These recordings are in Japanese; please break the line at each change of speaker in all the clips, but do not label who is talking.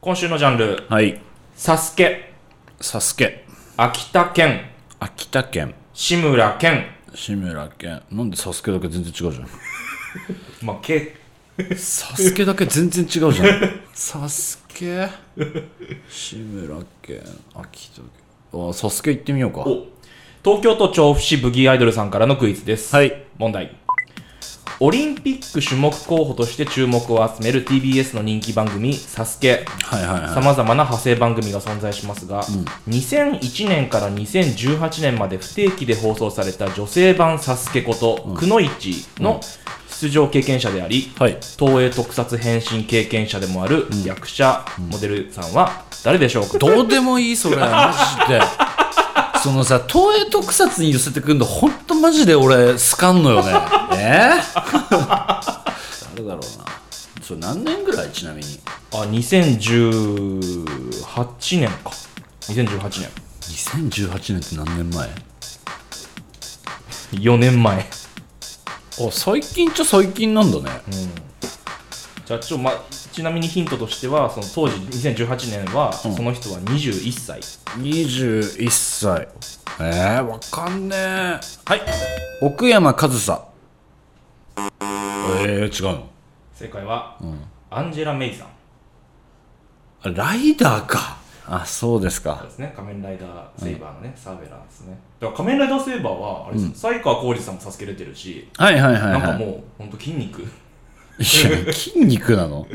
今週のジャンル、
はい。
サスケ、
サスケ。
秋田県、
秋田県。
志村県、
志村県。なんでサスケだけ全然違うじゃん。
まあ、け、
サスケだけ全然違うじゃん。 サスケ。志村県。秋田県。あ、サスケ行ってみようか。
お東京都調布市ブギーアイドルさんからのクイズです。
はい。
問題。オリンピック種目候補として注目を集める TBS の人気番組、サスケ。
はいはいはい。
さまざまな派生番組が存在しますが、2001年から2018年まで不定期で放送された女性版「サスケこと、くのいちの出場経験者であり、
はい。
東映特撮変身経験者でもある役者、モデルさんは誰でしょうか、
どうでもいい、 それ。マジで。そのさ、東映特撮に寄せてくんの、ほんとマジで俺、好かんのよ ね。えー誰だろうな。それ何年ぐらいちなみに。
あ2018年か2018年
2018年って何年前
4年前
あ最近っちゃ最近なんだね、
じゃあちょ、ま、ちなみにヒントとしてはその当時2018年は、その人は21歳
21歳えー、わかんねえはい奥山和沙えー、違うの
正解は、アンジェラ・メイさん
あライダーかあそうですか
ですね、仮面ライダーセイバーのね、サーベラーですね。だから仮面ライダーセイバーは、あれ、才川浩二さんもサスケ出てるし、
はいはいはい
なん
はい
かもう、ほんと筋肉。
いや筋肉なの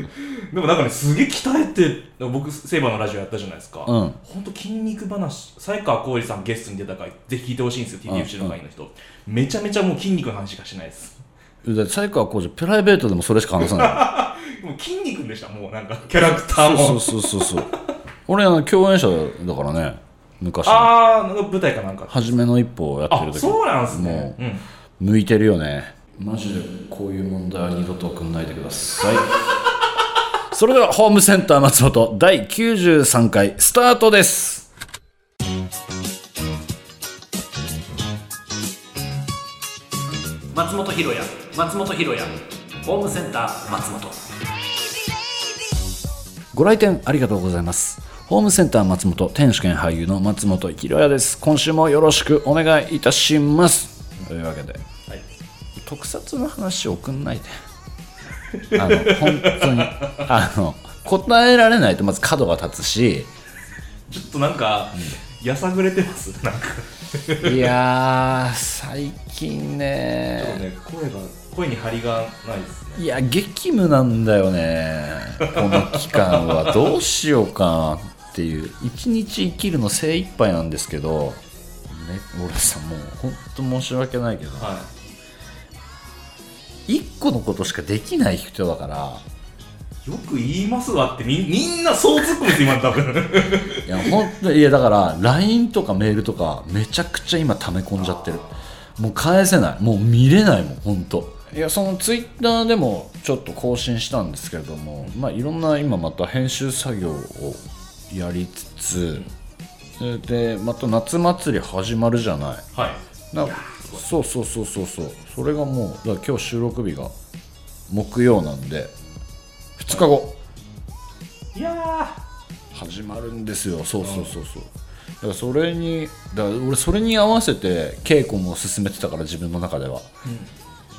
でもなんかね、すげえ鍛えて、僕、セイバーのラジオやったじゃないですか。
うん
ほんと筋肉話、才川浩二さんゲストに出た回、ぜひ聞いてほしいんですよ、TTFC の会の人。めちゃめちゃもう筋肉の話しかしないです。
だって才川浩二プライベートでもそれしか話さない
もう筋肉でした、もうなんか、 キャラクターも。
そうそうそうそう俺あの共演者だからね昔
あー、なんか舞台かなんか。
初めの一歩をやって
あ
る、時
そうなんすね
も。
うん。
向いてるよねマジでこういう問題は二度と送んないでください それではホームセンター松本第93回スタートです
松本ひろや松本ひろやホームセンター松本
ご来店ありがとうございますホームセンター松本天主兼俳優の松本博也です今週もよろしくお願いいたしますというわけで
はい。
特撮の話送んないであの本当にあの答えられないとまず角が立つし
ちょっとなんか、やさぐれてます、なんか。
いやー最近
ちょっと
ね
ね、声が、声に張りがないですね。
いや激務なんだよねこの期間はどうしようかなっていう一日生きるの精一杯なんですけど、ね、俺さもう本当申し訳ないけど
は
一個のことしかできない人だから
い。よく言いますわって、みみんなそう突っ込むって今多 分。
いや本当にいやだから LINE とかメールとかめちゃくちゃ今溜め込んじゃってるもう返せないもう見れないもん本当いやそのツイッターでもちょっと更新したんですけれども、まあ、いろんな今また編集作業をやりつつそれでまた夏祭り始まるじゃない
はい。
なそうそうそうそうそうそれがもうだから今日収録日が木曜なんで2日後、
いや
始まるんですよそうそうそうそうだからそれにだから俺それに合わせて稽古も進めてたから自分の中では、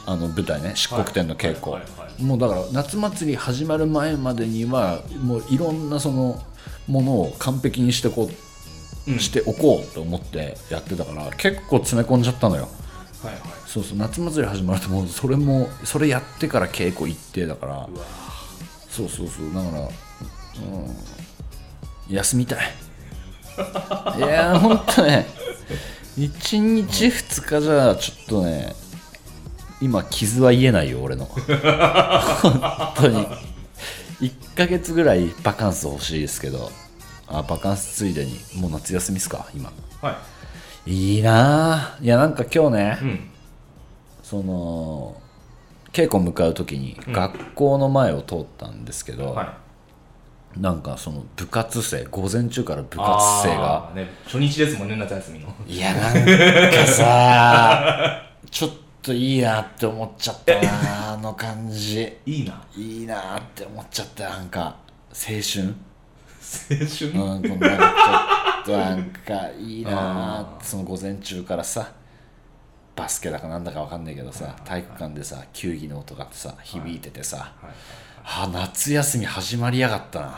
あの舞台ね漆黒天の稽古、
はいはいはいは
もうだから夏祭り始まる前までにはもういろんなそのものを完璧にしてこう、
うん
しておこうと思ってやってたから結構詰め込んじゃったのよ
ー。はいはい。
そうそう夏祭り始まるともうそれもそれやってから稽古行ってだからそうそうそうだから、うん、休みたいいやーほんとね1日2日じゃちょっとね今傷は癒えないよ俺の本当に1ヶ月ぐらいバカンス欲しいですけどあバカンスついでにもう夏休みっすか今
はい。
いいなあいやなんか今日ね、
うん。
その稽古向かう時に学校の前を通ったんですけど、
はい。
なんかその部活生午前中から部活
あ
生が
ーね、初日ですもんね、夏休み の。
いやなんかさ ちょっといいなって思っちゃったなあの感じ
いいな。
いいなって思っちゃったなんか青春
春
うん、こんなんかちょっとなんかいいなあその午前中からさバスケだかなんだかわかんないけどさ体育館でさ球技の音がさ響いててさ、
はい
あ夏休み始まりやがったなっ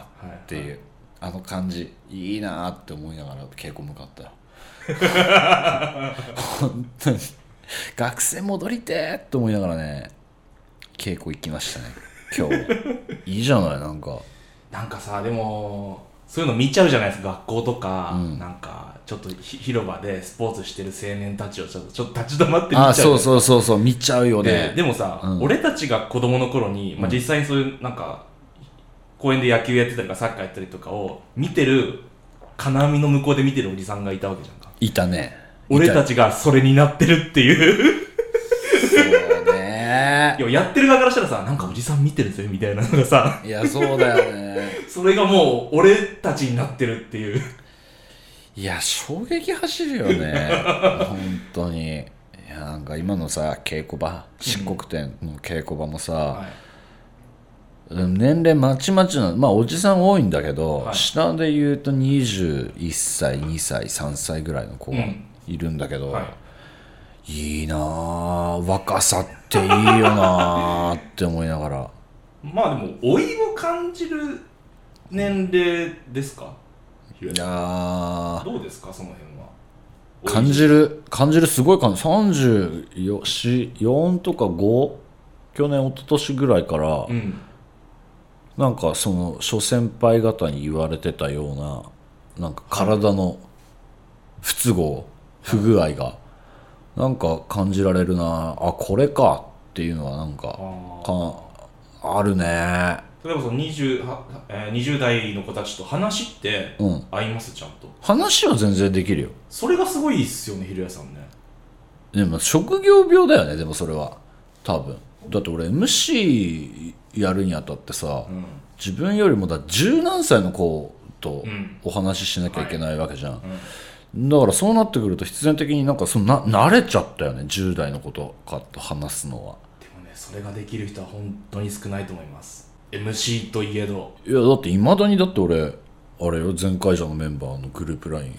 ていう、
は
あの感じいいなあって思いながら稽古向か ったよ本当に学生戻りてえと思いながらね稽古行きましたね今 日いいじゃないなんか
なんかさでもそういうの見ちゃうじゃないですか学校とか、
うん
なんかちょっとひ広場でスポーツしてる青年たちをちょっとちょっと立ち止まって見ちゃう
あそうそうそうそう見ちゃうよね
ででもさ、
うん
俺たちが子供の頃に、まあ、実際にそういうなんか公園で野球やってたりとかサッカーやったりとかを見てる金網の向こうで見てるおじさんがいたわけじゃんか
いたね
俺た
ち
ちがそれになってるっていう
そうね
いややってる側からしたらさなんかおじさん見てるぜみたいなのがさ
いやそうだよね
それがもう俺たちになってるっていう
いや衝撃走るよ ね本当にいやなんか今のさ稽古場漆黒店の稽古場もさ、
はい
うん年齢まちまちなのまあおじさん多いんだけど、
はい
下で言うと21歳2歳3歳ぐらいの子が
うん
いるんだけど、
はい
い、いなあ若さっていいよなあって思いながら
まあでも老いを感じる年齢ですかひろ
い
や
やあ
どうですかその辺は
感じる感じるすごい感じ34とか5去年一昨年ぐらいから、
うん
なんかその諸先輩方に言われてたようななんか体の不都合不具合がなんか感じられるなあこれかっていうのはなんか
あ
かあるね
例えばその 20, は、えー20代の子たちと話って
うん
合いますちゃんと
話は全然できるよ
それがすごいっすよねひろやさんね
でも職業病だよねでもそれは多分だって俺 MC やるにあたってさ、
うん
自分よりもだ十何歳の子と
うん
お話ししなきゃいけないわけじゃん、
うん
だからそうなってくると必然的になんかそのな慣れちゃったよね10代の子とかと話すのは
でもねそれができる人は本当に少ないと思います MC といえど
いやだっていまだにだって俺あれよ前回者のメン バーのグループ LINE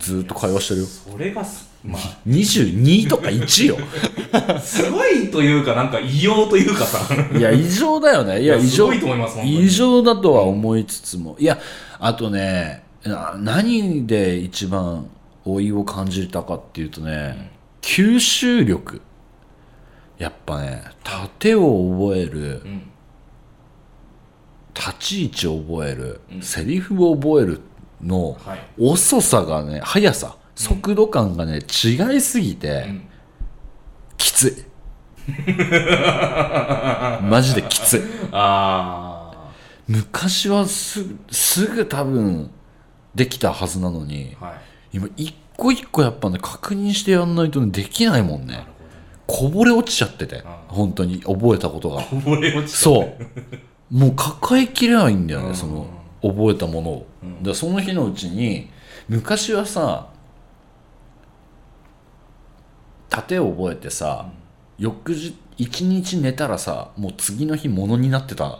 ずーっと会話してるよ
それがす,、まあ、
22とか1よ
すごいというかなんか異様というかさ
いや異常だよねいや異
す
常
ごいと思います本当に
異常だとは思いつつもいやあとねな何で一番老いを感じたかっていうとね、吸収力やっぱね盾を覚える
うん
立ち位置を覚える、セリフを覚えるの
はい
遅さがね速さ速度感がね、違いすぎて、
ん
きついマジできつい
あ
昔はすぐすぐ多分できたはずなのに
あはい
今一個一個やっぱね確認してやんないとねできないもんねこぼれ落ちちゃってて本当に覚えたことが
溺れ落ちう、
そうもう抱えきれないんだよ
う
ね
ん
その覚えたものを、
うん
だからその日のうちに昔はさ盾を覚えてさ、翌日一日寝たらさもう次の日ものになってたん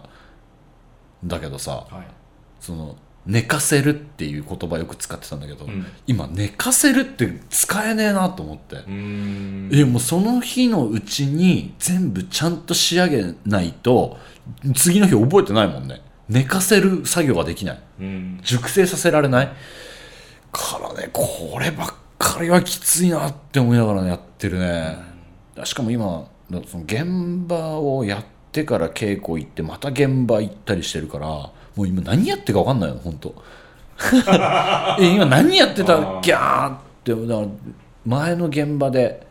だけどさ
はい、
その寝かせるっていう言葉よく使ってたんだけど、
うん
今寝かせるって使えねえなと思って、
うーん
えもうその日のうちに全部ちゃんと仕上げないと次の日覚えてないもんね寝かせる作業ができない
うん
熟成させられないからねこればっかりはきついなって思いながらねやってるね、しかも今その現場をやってから稽古行ってまた現場行ったりしてるからもう今何やってるか分かんないの本 当え今何やってたっけあーってだから前の現場で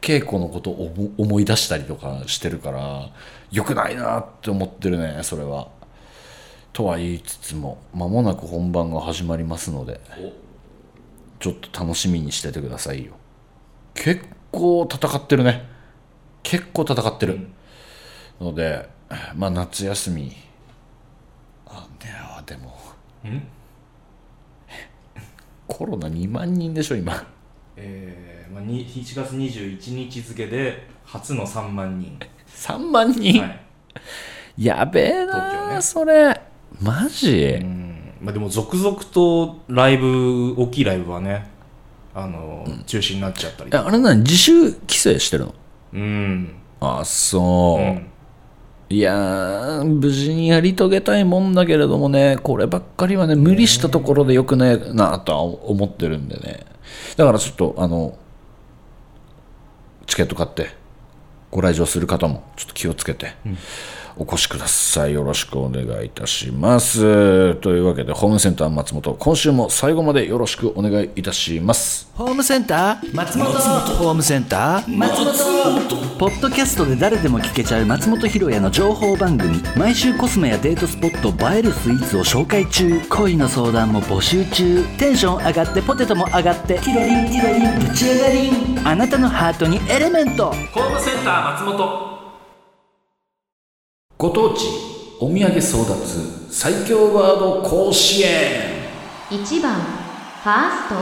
稽古のことを思思い出したりとかしてるから良くないなって思ってるねそれは。とは言いつつも間もなく本番が始まりますのでちょっと楽しみにしててくださいよ結構戦ってるね結構戦ってる、のでまあ夏休みあいやでも
ん
コロナ2万人でしょ今
えーまあ、に1月21日付で初の3万人、
3万人、
はい、
やべえ
東京
な、
ね
それマジ、
うんまあ、でも続々とライブ大きいライブはねあの、中止になっちゃったり
えあれ何自主規制してるの
うん、
あそうう、
ん、
いやー無事にやり遂げたいもんだけれどもねこればっかりはね無理したところでよくねえなとは思ってるんでねだからちょっとあのチケット買ってご来場する方もちょっと気をつけてお越しくださいよろしくお願いいたしますというわけでホームセンター松本今週も最後までよろしくお願いいたします
ホームセンター
松本
ホームセンター松本ポッドキャストで誰でも聞けちゃう松本ひろやの情報番組毎週コスメやデートスポット映えるスイーツを紹介中恋の相談も募集中テンション上がってポテトも上がってキロリンキロリンぶち上がりんあなたのハートにエレメン
ホ
ト
ームセンター松本
ご当地お土産争奪最強ワード甲子園
1番ファースト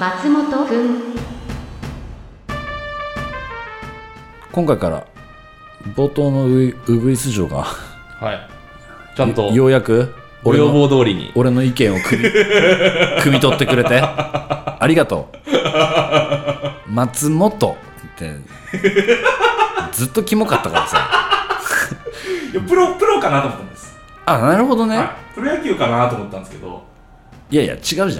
松本君
今回から冒頭のウイウグイス嬢が
はいちゃんと
ようやく
ご
俺
要
の
望通りに
俺の意見をく み汲み取ってくれてありがとう松本ってずっとキモかったからさ
いやプロプロかなと思ったんです、
あなるほどね、
はい、プロ野球かなと思ったんですけど
い、やいや違うじゃん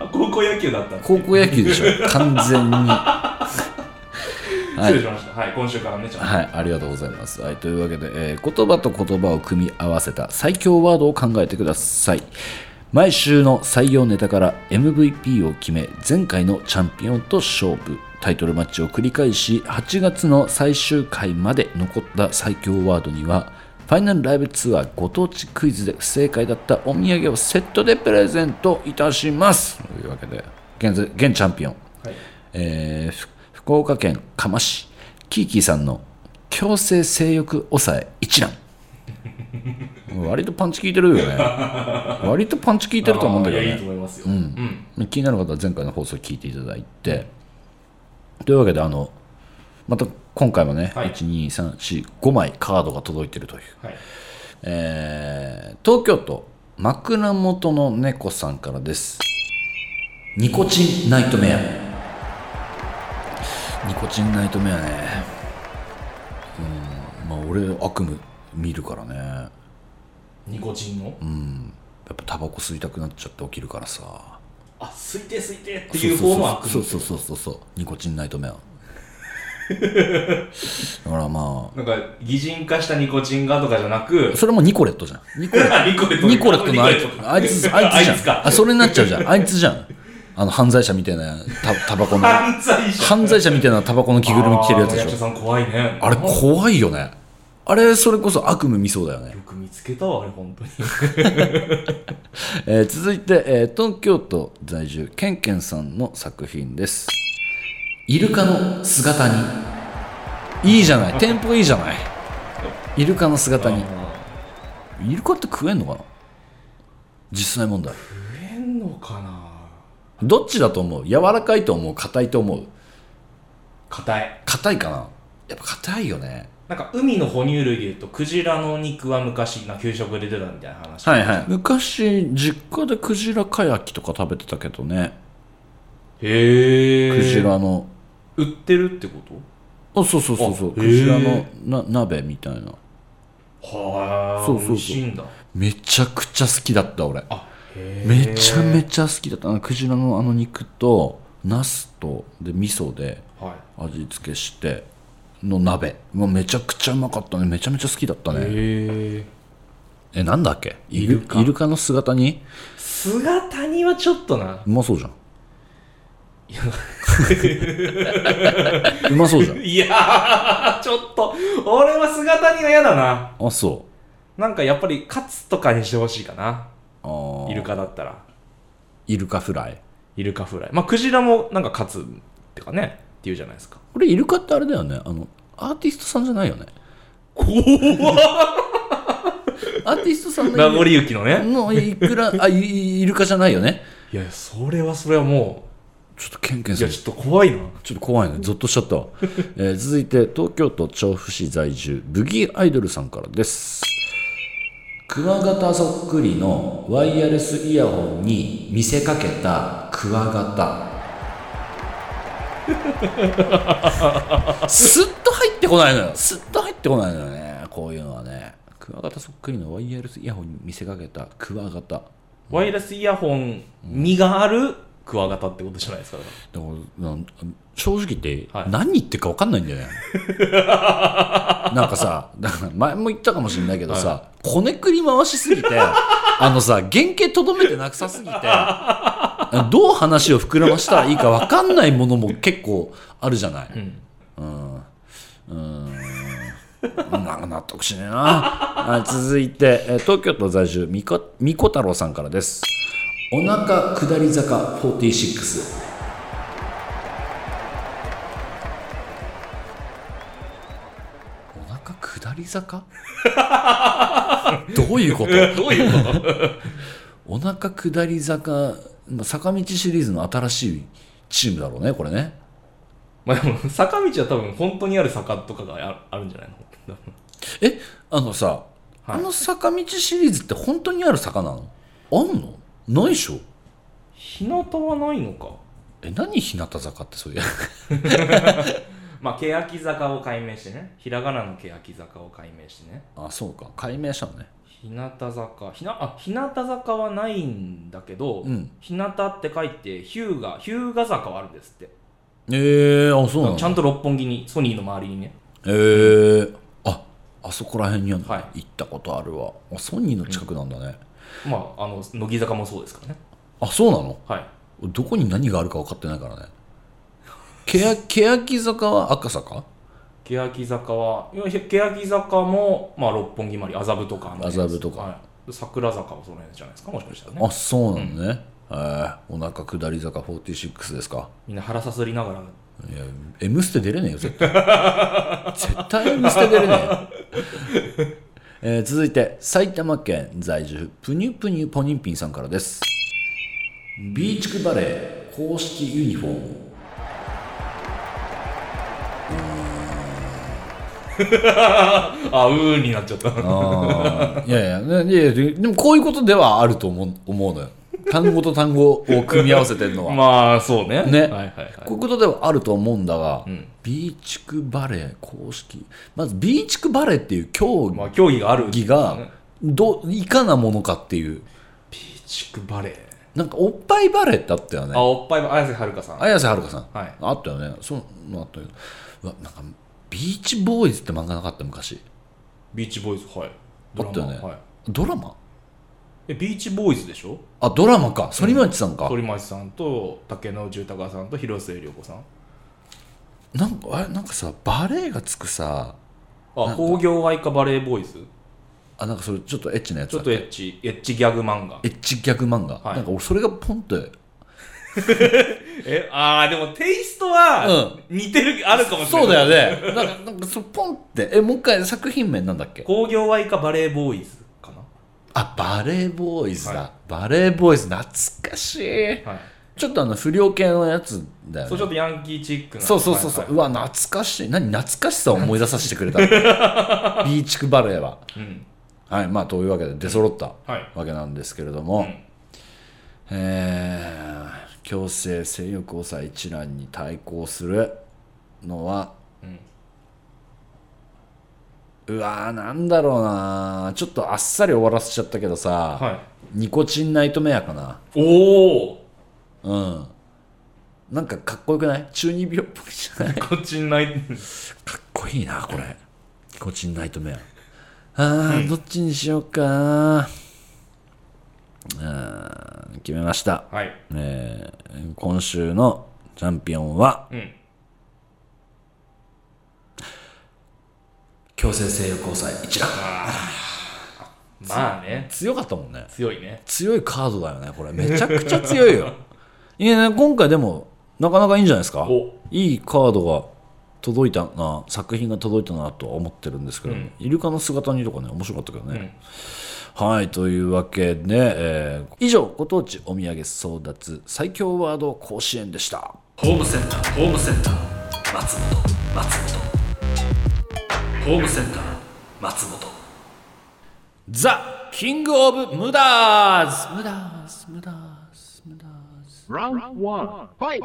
あ高校野球だったんです
高
ね
校野球でしょ完全には
失
い
礼しましたはい今週からねちゃんと
はい、ありがとうございます。はい、というわけで、えー言葉と言葉を組み合わせた最強ワードを考えてください。毎週の採用ネタから MVP を決め、前回のチャンピオンと勝負。タイトルマッチを繰り返し、8月の最終回まで残った最強ワードには、ファイナルライブツアーご当地クイズで不正解だったお土産をセットでプレゼントいたします。というわけで、現在現チャンピオン、えーふ福岡県釜市キーキーさんの強制性欲抑え 一覧割とパンチ効いてるよね割とパンチ効いてると思うんだけど
あーいやいいと
ね
思いますよ、うん
気になる方は前回の放送聞いていただいてというわけであのまた今回もね、
はい
12345枚カードが届いてるという
はい、
えー東京都枕元の猫さんからですニコチンナイトメアニコチンナイトメアねうんまあ俺悪夢見るからねや
ニコチンの、
っぱタバコ吸いたくなっちゃって起きるからさ
あ推定推定っていう方も悪
そうそうそうそうそうそうニコチンナイトメア だからま
なんか擬人化したニコチンがとかじゃなく
あそれもニコレットじゃ んニコレット
あニコレット
ニコレットのあいつ
ニコレッ、ト
あいつ、あ いつじゃ
あいつ
ん。
か
あ、それになっちゃうじゃん。あいつじゃん。あの、犯罪者みたいな、た、タバコの。
犯罪者
犯罪者みたいなタバコの着ぐるみ着てるやつで
あー役
し
者
ょ。
さん怖いね
あれ怖いよね。あれ、それこそ悪夢見そうだよね
よ。く見つけたわあれ本当に
えー続いて、えー東京都在住、ケンケンさんの作品です。イルカの姿に。いいじゃない。テンポいいじゃない。イルカの姿に。イルカって食えんのかな実際問題。
変のかな
どっちだと思う柔らかいと思う硬いと思う
硬い
硬いかなやっぱ硬いよね
なんか海の哺乳類でいうとクジラの肉は昔な給食で出たみたいな話い
いはい昔実家でクジラかやきとか食べてたけどね
へえ
クジラの、
売ってるってこと
あそうそうそうそう
あ
クジラ
へ
のな鍋みたいな
はあ
そうそうそう
美味しいんだ
めちゃくちゃ好きだった俺
あへえ
めちゃめちゃ好きだったあのクジラのあの肉とナスとで味噌で
は
味付けしての鍋うわめちゃくちゃうまかったねめちゃめちゃ好きだった
い
ね
へえ
えなんだっけイ
イル
ル
カ
イルカの姿に
姿にはちょっとな
うまそうじゃん。 うまそうじゃん。
いやー、ちょっと、俺は姿には嫌だな。
あ、そ
なんかやっぱりカツとかにしてほしいかな。
う。あ
イ
イ
ル
ル
カだったら。
イルカフライ。
イルカフライ。まあ、クジラもなんかカツってかね、っていうじゃないですか。
これイルカってあれだよね。あの、アーティストさんじゃないよね。アーティストさんの
名残雪のね。
のいくら、あ、イイルカじゃないよね。
いや、それはそれはも
ちょっとケンケ
う、
ン
い
さ
や、
ん、
ちょっと怖いな。
ちょっと怖いね。ゾッとしちゃったわ。えー続いて、東京都調布市在住、ブギーアイドルさんからです。
クワガタそっくりのワイヤレスイヤホンに見せかけたクワガ
スッと入ってこないのよスッと入ってこないのよねこういうのはねクワガタそっくりのワイヤレスイヤホンに見せかけたクワガタ
ワイヤレスイヤホン身があるクワガタってことじゃないですか。
でもなん正直言って、
はい
何言ってるか分かんないん だよねなんかさだから前も言ったかもしれないけどさ、こねくり回しすぎてあのさ原型とどめてなくさすぎて どう話を膨らましたらいいか分かんないものも結構あるじゃない
ん
うんうんなんか納得しねえなはい続いてえー東京都在住みこみこ太郎さんからです
タお腹下り坂46
お腹下り坂 どういうこと
どういうこと
お腹下り坂まあ坂道シリーズの新しいチームだろうねこれね
まあでも、坂道は多分本当にある坂とかがああるんじゃないの
えあのさ、
はい
あの坂道シリーズって本当にある坂なのあんのないでしょ
日向はないのか。
え何日向坂ってそういう
まあ、欅坂を解明してね。ひらがなの欅坂を解明してね。
あそうか解明したのね
日向坂ひなあ日向坂はないんだけど、
うん
日向って書いて日向日向坂はあるんですって、
えー、あそうなの
ちゃんと六本木にソニーの周りにね
えー、ああそこら辺にあるの
はい
行ったことあるわあソニーの近くなんだね、
まああの乃木坂もそうですからね
あそうなの
はい
どこに何があるか分かってないからねけや欅坂は赤坂
欅坂はいや欅坂も、まあ、六本木周り麻布とかあの辺
麻布とか
はい、桜坂もその辺じゃないですかもしかしたら
あ
ね
そうなのね、えーお腹下り坂46ですか
みんな腹さすりながら
いや「M ステ」出れねえよ絶 対絶対「M ステ」出れねえよ、えー続いて埼玉県在住プニュプニュポニンピンさんからですビーチクバレー公式ユニフォーム
あうーになっちゃったは
あーいやいやねいやいやででもこういうことではあると思う思うのよ単語と単語を組み合わせてるの は、
まあそうね
ね
はいはいはい
こういうことではあると思うんだが、
ん
ビーチクバレー公式まずビーチクバレーっていう競
まあ競技がある
技がどいかなものかっていう
ピチクバレー
なんかおっぱいバレーってあったよね
あおっぱいは綾瀬はるかさん
綾瀬はるかさん、
はい
あったよねそうあったようわなんかビーチボーイズって漫画なかった昔
ビーチボーイズはい
あったよね
はい
ドラマ
えビーチボーイズでしょ
あドラマか反町さんか、
鳥町さんと竹野内豊さんと広末涼子さん
なんかあれなんかさバレーがつくさ
あ工業愛化バレーボーイズ
あなんかそれちょっとエッチなやつ
ちょ
だ
っ
っ
と
け
エッチエッチギャグ漫画
エッチギャグ漫画、
はい
なんか俺それがポンって
えあーでもテイストは似てる、あるかもしれない
そうだよねなんかなんかそれポンってえもう一回作品名なんだっけ
工業愛化バレーボーイズかな
あバレーボーイズだ、
は
バレーボーイズ懐かしい
はい
ちょっとあの不良系のやつだよね
そうちょっとヤンキーチックな
そうそうそうそう、
はいはいう
わ懐かしい何懐かしさを思い出させてくれた ビーチクバレーは
うん
はいまあというわけで出揃った
はい
わけなんですけれども、
ん
えー強制性欲抑え一覧に対抗するのは、うわーなんだろうなちょっとあっさり終わらせちゃったけどさ、
はい
ニコチンナイトメアかな
おお
うんなんかかっこよくない中二病っぽいじゃない
こっちにない
かっこいいなこれこっちにナイトメアあー、どっちにしようかあー決めました、
はい
えー今週のチャンピオンは
うん
強制性欲抑え一覧
まあね
強かったもんね
強いね
強いカードだよねこれめちゃくちゃ強いよ いやね今回でもなかなかいいんじゃないですか
お
いいカードが届いたな作品が届いたなとは思ってるんですけど、
うん
イルカの姿にとかね面白かったけどね、はいというわけで、えー以上ご当地お土産争奪最強ワード甲子園でした
ホームセンターホームセンター松本松本ホームセンター松本
ザ
キングオブムダーズ
Round one. Fight!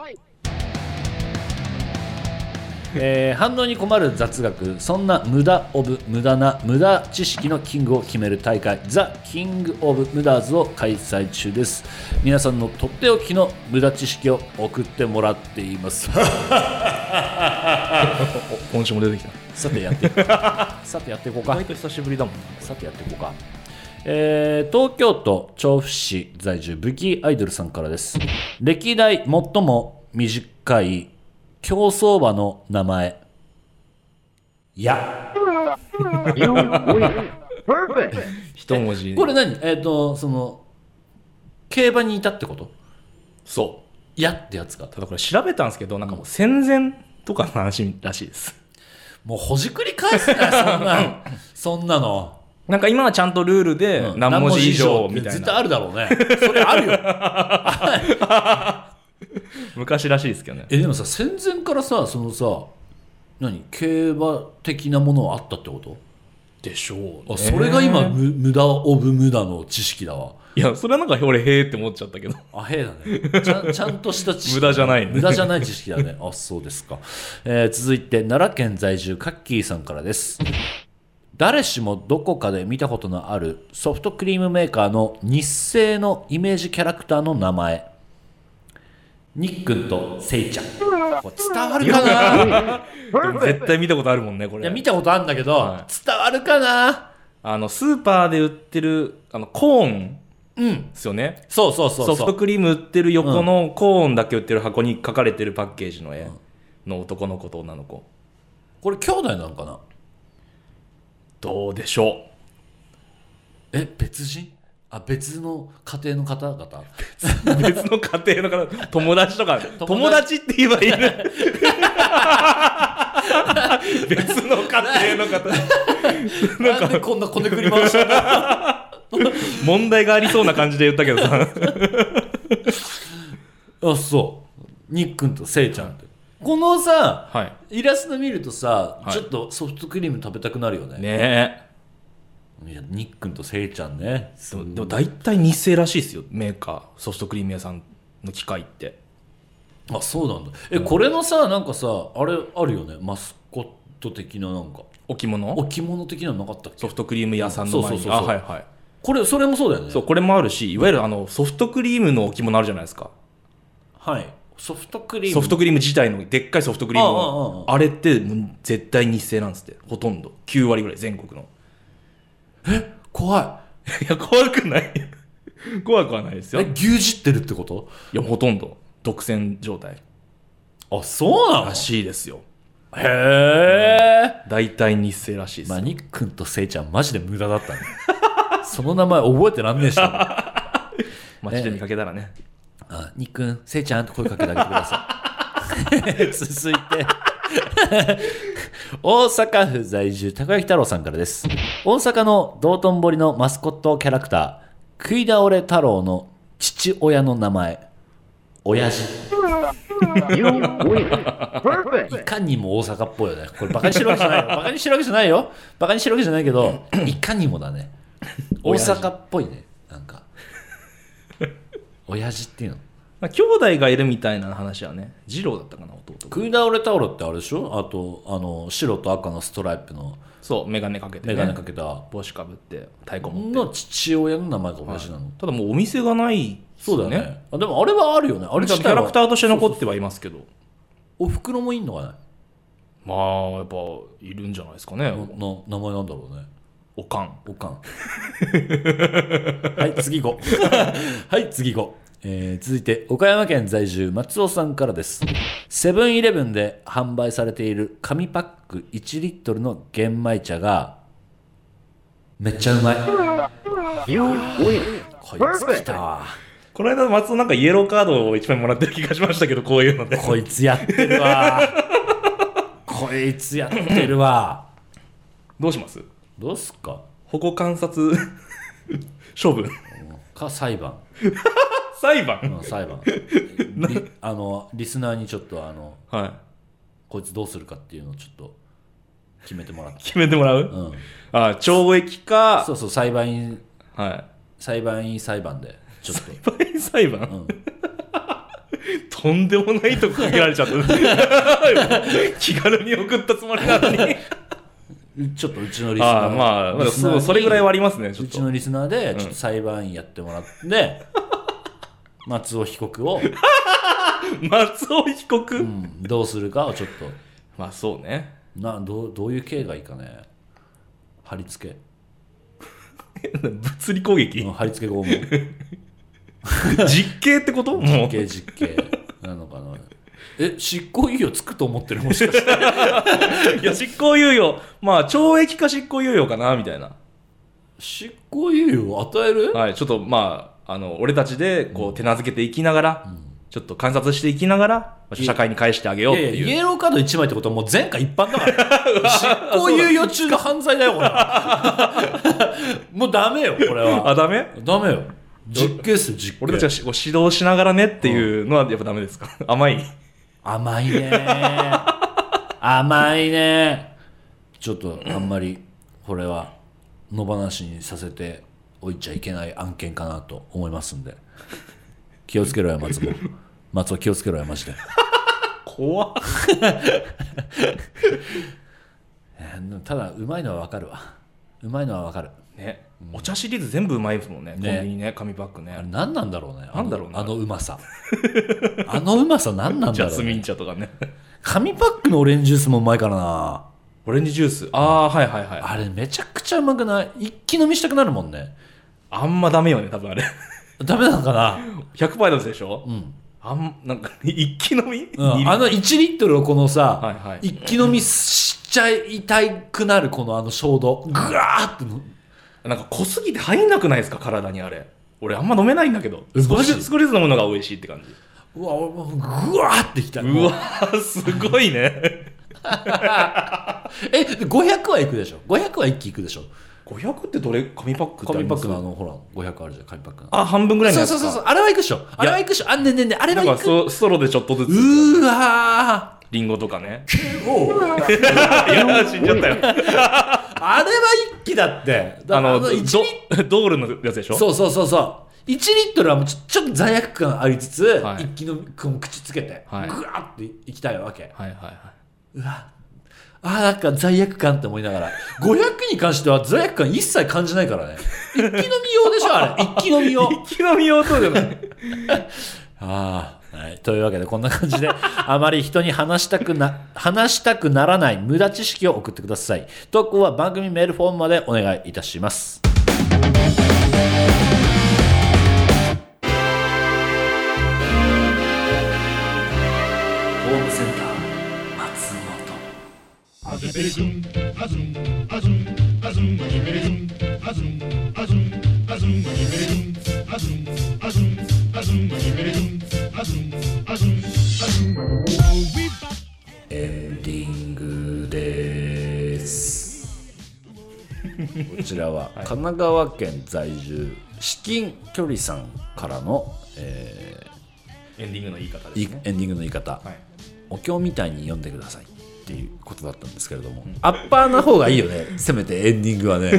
えー反応に困る雑学そんな無駄オブ無駄な無駄知識のキングを決める大会ザ・キング・オブ・無駄ーズを開催中です皆さんのとっておきの無駄知識を送ってもらっています
今週も出てきた
さてやっていこうさてやっていこうか
割と久しぶりだもん
さてやっていこうか、えー東京都調布市在住ブキアイドルさんからです歴代最も短い競走馬の名前いや
You win. Perfect!
一文字
これ何えっ、とその競馬にいたってこと
そ
いやってやつが
うただこれ調べたんですけどなんかもう戦前とかの話らしいです
もうほじくり返すなよそんなん そんなの、
なんか今はちゃんとルールで
うん
何文字以上
何文字
みたい
絶対
な
あるだろうねそれあるよ
昔らしいですけどね
えでもさ戦前からさそのさ何競馬的なものはあったってこと
でしょうね
あそれが今、む無駄オブ無駄の知識だわ
いやそれはなんか俺へーって思っちゃったけ ど
あへえだねちゃんちゃんとした知識
無駄じゃないね
無駄じゃない知識だねあそうですか、えー続いて奈良県在住カッキーさんからです誰しもどこかで見たことのあるソフトクリームメーカーの日清のイメージキャラクターの名前にっくんとせいちゃんこれ伝わるかな
でも絶 対見たことあるもんねこ
い
れ
や見たことあるんだけど、
は
伝わるかな
あのスーパーで売ってるあのコーン
うん
ですよね
そうそうそうそう
ソフトクリーム売ってる横のコーンだけ売ってる箱に書かれてるパッケージの絵の男の子と女の子
これ兄弟なのかな
どうでしょ
え別人あ別の家庭の方 々
う別の家庭の方友達とか
達
友達って言えばいい の 別の家庭の方
なんでこんなこねくり回したんだ
問題がありそうな感じで言ったけど さ
あそうにっくんとせいちゃんってこのさ
は
イラスト見るとさ、
はい
ちょっとソフトクリーム食べたくなるよね
いね
いやにっくんとせいちゃんね
えでもでも大体日清らしいですよメーカーソフトクリーム屋さんの機械って
あそうなんだえ、これのさなんかさあれあるよねマスコット的ななんか
置物
置物的なのなかったっけ
ソフトクリーム屋さんの前に
そうそうそうそう
あはいはい
これそれもそうだよね
そうこれもあるしいわゆるあのソフトクリームの置物あるじゃないですか
はいソフトクリーム
ソフトクリーム自体のでっかいソフトクリーム
あああ
のあれってもう絶対日清なんですってほとんど9割ぐらい全国の
怖い
いや怖くない 怖くはないですよ
え
い
牛耳ってるってこと
やほとんど独占状態
あそうなの
らしいですよ
へえ
大体日清らしいです
ま
よ、
あ、にっくんとせいちゃん、マジで無駄だ ったね。その名前覚えてらんねえし。あ
街で見かけたらね
にっくん、せいちゃんと声かけてあげてください。 続いて。大阪府在住、たこ焼き太郎さんからです。大阪の道頓堀のマスコットキャラクター、食い倒れ太郎の父親の名前、親父。
You win. Perfect!
いかにも大阪っぽいよね。これバカにしてるわけじゃないよ。バカにしてるわけじゃないよ。バカにしてるわけじゃないけど、いかにもだね。大阪っぽいね。なんか。親父っていうの。
まあ兄弟がいるみたいな話はね二郎だったかな弟が
食い倒れタオルってあれでしょあと、あの、白と赤のストライプの
そう眼鏡かけて、ね、
メガネかけた、
帽子かぶって太鼓持って
の父親の名前が親父なの。
ただもうお店がないっす
そ
よ
うだよねあでもあれはあるよね。あれ
キ
自体
ャ
は
ラクターとして残ってはいますけど
お袋もいんのかね
まあやっぱいるんじゃないですかね、
の名前なんだろうね。
おかん
おかん。はい、次行こう。 はい、次行こう。えー続いて、岡山県在住、松尾さんからです。セブンイレブンで販売されている紙パック1リットルの玄米茶が、めっちゃうまい。
You win.
こいつ来たわ。
この間松尾なんかイエローカードを1枚もらってる気がしましたけどこういうので
こいつやってる わ。こいつやってるわ。
どうします
どうすっか
保護観 察処分
か、裁判。
裁判
うん裁判。リ あの、リスナーにちょっと、あの、
は
こいつどうするかっていうのをちょっと決めてもらって
い決めてもらう、
うん
ああ懲役か
そうそう、裁判員
は
裁判員裁判でちょっ
い。バイン裁判、 とんでもないとこかけられちゃった。 気軽に送ったつもりなのに。
とちょっとうちのリス
あ
ナ
あ、
ー
まあ、まあ
リス
そ
ナー
う
に
それぐらいはありますね、ちょ
う
っ
ちの
と。
リスナーでちょっと裁判員やってもらって、 松尾被告を、
松尾被告、
うんどうするかをちょっと
まあ、そうね。
などうどういう刑がいいかね貼り付
物理攻撃
け、うん貼り付け拷問
実刑ってこともう
実。刑実刑なのかなえ執行猶予つくと思ってるもしかして
いや、執行猶予。まあ、懲役か執行猶予かな、みたいな。
執行猶予を与える
はい、ちょっとまあ、あの、俺たちで、こう、手なずけていきながら、ちょっと観察していきながら、まあ社会に返してあげようっ
いや
て
いやイ
いう。
エローカード1枚ってことはもう前科一般 だからね執行猶予中の犯罪だよこれ もうダメよこれ
あ、
は
ダメ
ダメよ実刑っすよ実刑
俺たちはしこう指導しながらねっていうのはやっぱダメですか 甘い。
甘いね甘いねちょっとあんまりこれは野放しにさせておいちゃいけない案件かなと思いますんで気をつけろよ松尾松尾気をつけろよマジで
怖
えーただうまいのはわかるわうまいのはわかる
ね。お茶シリーズ全部うまいですもんね。
ね
コンビニね、紙パック
あれ
ね。
何なんだろうねあ
な
の
んだろうね
あのう まさあのうまさ何なん
ジ
だ
ャ
ろう、
スミン
ね、
茶とかね。
紙パックのオレンジジュースもうまいからな
オレンジジュース。ああー、はいはいはい。
あれめちゃくちゃうまくない一気飲みしたくなるもんね
あんまダメよね、多分あれ。
ダメなのかな
100倍だでしょ
ん
あん、なんか、一気飲み、
うん
二輪
あの1リットルをこのさ、
はいはい
一気飲みしちゃいたくなるこのあの衝動ぐわーっての
なんか濃すぎて入んなくないですか体にあれ俺あんま飲めないんだけど
え
少
マ
し
ジ
ずつ少しずつ飲むのが美味しいって感じ
うわ俺もうぐわーってきた
うわー すごいね
え500はいくでしょ500は一気いくでしょ
500ってどれ紙パックってあり
紙パ
ま
ッ
す
クのあのほら500あるじゃん紙パックの
あ半分ぐらいの
そう
やつ
そ
か
うそうそうあれはいくでしょあれはいくでしょあねえねえねえあれは
なんか
いく
そストローでちょっとずつ
うーわー
リンゴとかねいや死んじゃったよ
あれは一気だって だ
あの
1リッ
ドドールのやつでしょ
そうそうそうそう1リットルはもうちょちょっと罪悪感ありつつ、
はい
一気飲みこう口つけて、
はい
ぐわーっていきたいわけ
はいはいは
あーなんか罪悪感って思いながら500に関しては罪悪感一切感じないからね一気飲み用でしょあれ一気飲み 用
い一気飲み用とじゃない
ああはい、というわけでこんな感じであまり人に話したくな話したくならない無駄知識を送ってください投稿は番組メールフォームまでお願いいたします
ホームセンター松本
Azum, azum, azum, azum, azum, azum, azum, azum, azum, azum, azum, azum, azum, azum.
こちらは神奈川県在住至近距離さんからの、え
エンディングの言い方
ー
で
い
すね
エンディングの言い方、
はい
お経みたいに読んでくださいっていうことだったんですけれども、アッパーな方がいいよねせめてエンディング はね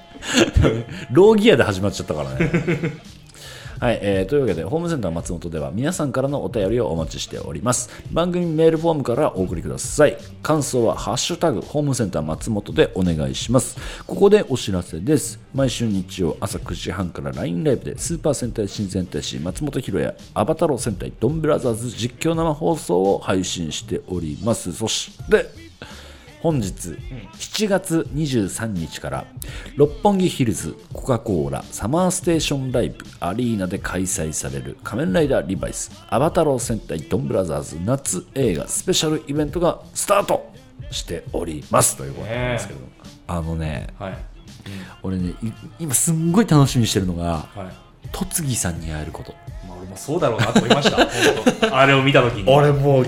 ローギアで始まっちゃったからねはい、えーというわけでホームセンター松本では皆さんからのお便りをお待ちしております番組メールフォームからお送りください感想は「ハッシュタグホームセンター松本」でお願いしますここでお知らせです毎週日曜朝9時半から LINE ライブでスーパー戦隊新戦隊士松本ひろやアバタロー戦隊ドンブラザーズ実況生放送を配信しておりますそして本日7月23日から六本木ヒルズコカ・コーラサマーステーションライブアリーナで開催される仮面ライダーリバイスアバタロー戦隊ドンブラザーズ夏映画スペシャルイベントがスタートしておりますということなんですけど、あのね
はい
俺ねい今すんごい楽しみにしてるのが
はい
戸次さんに会えること
まあ俺もそうだろうなと思い ました本当あれを見た時にはい
俺もう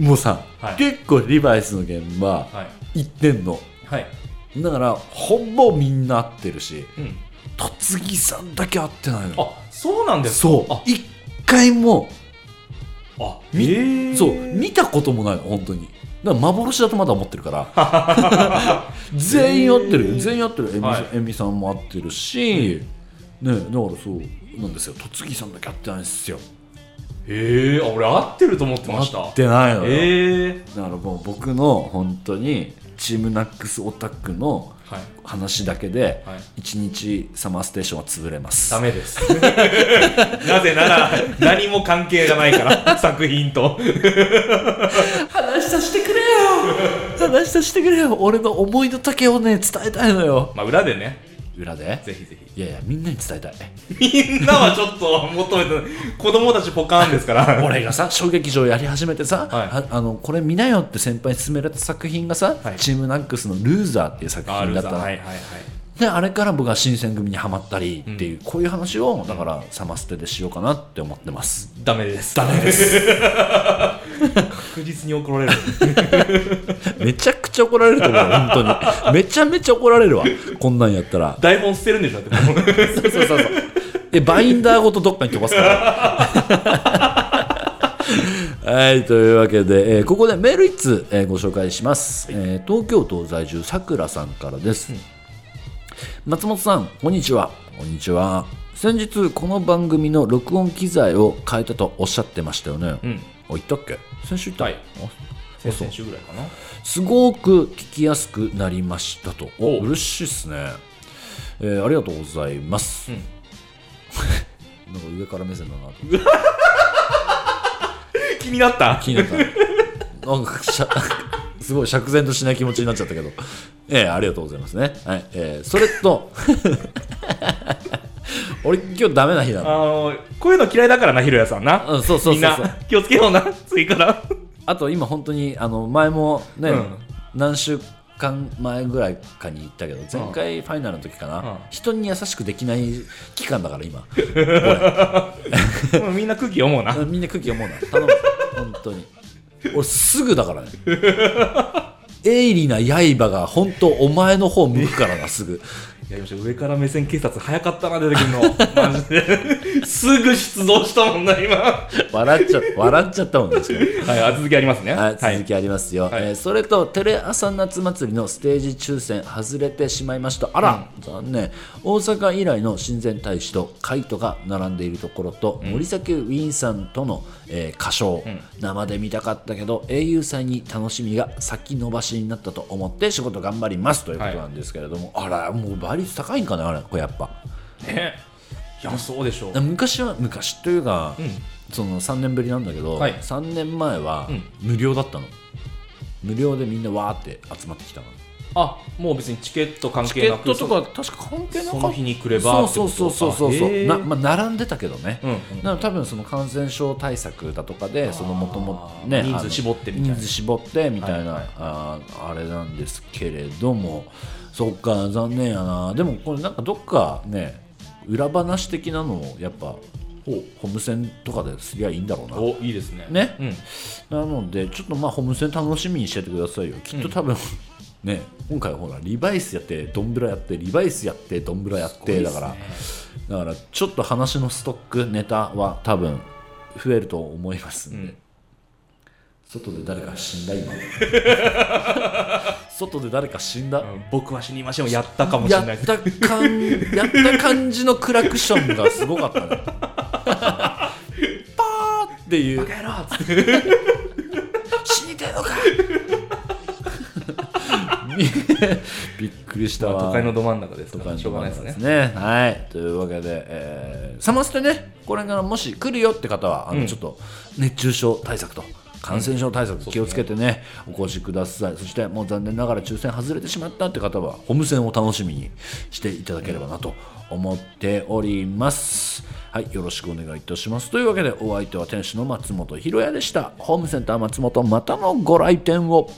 もうさ、
はい
結構リバイスの現場行ってんの
はい
だからほぼみんな会ってるし
うん
戸次さんだけ会ってないの
あそうなんですか
そう
あ
一回も
あ
み
へー
そう見たこともないの本当にだから幻だとまだ思ってるから 全員合ってるよ全員合ってるえみ,、
はい
えみさんも合ってるし、ね、だからそうなんですよ戸次さんだけ合ってないんですよ
ええー、あ俺合ってると思ってました
合ってないのよ、
ええ
だからもう僕の本当にチームナックスオタクの
ー、はい
話だけで
はい
一日サマーステーションは潰れます、
ダメ ですなぜなら何も関係がないから作品と
話させてくれよ話させてくれよ俺の思いの丈をね伝えたいのよ
まあ裏でね
裏で
ぜひぜひ
いやいやみんなに伝えたい
みんなはちょっと求めてない子供たちポカーンですから
俺がさ小劇場やり始めてさ、
はい
ああのこれ見なよって先輩に勧められた作品がさ、
はい
チームナックスの「ルーザー」っていう作
あ
品
ル
だ
ーザ
った
ー
の
はいはいはい
であれから僕は新選組にはまったりっていう、こういう話をだからサマステでしようかなって思ってます
ダメですダメです確実に怒られる
めちゃくちゃ怒られると思う本当 にめちゃめちゃ怒られるわこんなんやったら
台本捨てるんでしょだってもう
そうそうそうそうえバインダーごとどっかに飛ばすから はいというわけで、えーここでメール1通、えーご紹介します、えー東京都在住さくらさんからです、松本さんこんにちはこんにちは先日この番組の録音機材を変えたとおっしゃってましたよね、
うん
あ言ったっけ先週言った、
はい
あ
先々週ぐらいかな
すごく聞きやすくなりましたと。お嬉しいですね、えーありがとうございます。
ん
なんか上から目線だなと。
気になった
気になった。なんかしゃ すごい釈然としない気持ちになっちゃったけど。えーありがとうございますね。はい。えーそれと、 俺今日ダメな日な
あ
の。
のこういうの嫌いだからなひろやさんな
うん、そうそうそうそう
みんな気をつけような次から
あと今本当にあの前もね、
うん
何週間前ぐらいかに言ったけど前回ファイナルの時かな、
うん
人に優しくできない期間だから今
もうみんな空気読もうな
みんな空気読もうな頼む本当に俺すぐ だからね鋭利な刃が本当お前の方向くからなすぐ
やりました上から目線警察早かったな出てくるのマジですぐ出動したもんな今は
笑っちゃ笑っちゃったもんですけど
いあ続きありますね
はい、
はい
続きありますよ、
はい
えーそれとテレ朝夏祭りのステージ抽選外れてしまいましたあら、残念大阪以来の親善大使とカイトが並んでいるところと、森崎ウィンさんとの、えー歌唱、生で見たかったけど英雄祭に楽しみが先延ばしになったと思って仕事頑張りますということなんですけれども、あらもう倍率高いんかなあれこれやっぱ
ねいやそうでしょう
昔は昔というか、
ん
その3年ぶりなんだけど、
はい
3年前は
うん
無料だったの、無料でみんなわーって集まってきたの
あもう別にチケット関
チ
係
ケ
な
ッ
く
トとか確か関係なか
そ
っ
の
た
日に来ればって
そ
こ
う
と
そうそうそうそう
あへー
な、まあ、並んでたけどね、
うんうん
なので多分その感染症対策だとかでそのもともね
人数
あの
絞ってみたいな
人数絞ってみたいな、
はいはい
あーあれなんですけれどもそっか残念やなでもこれなんかどっかね裏話的なのをやっぱホームセンとかですりゃいいんだろうな
おいいですね
ね
うん
なので、ちょっとまあホームセン楽しみにしててくださいよ。きっと多分、ね、今回ほら、リバイスやって、ドンブラやって、リバイスやって、ドンブラやって、だから、だからちょっと話のストック、ネタは多分、増えると思いますんで。
うん
外で誰か死んだ 今外で誰か死んだ、
うん僕は死にましょうやったかもしれ
や
ない
っ
です
た感やった感じのクラクションがすごかったねパーっていう
やろうっつって
死にてえの かびっくりしたわ
都会のど真ん中です
都
か
会
ら
の
しょうがないで
ど
す
真ん中
ね
ですねはいというわけで、えーサマステねこれからもし来るよって方はあの、
うん
ちょっと熱中症対策と感染症対策気をつけてね、お越しくださいそしてもう残念ながら抽選外れてしまったって方はホームセンを楽しみにしていただければなと思っておりますはいよろしくお願いいたしますというわけでお相手は店主の松本ひろやでしたホームセンター松本またのご来店を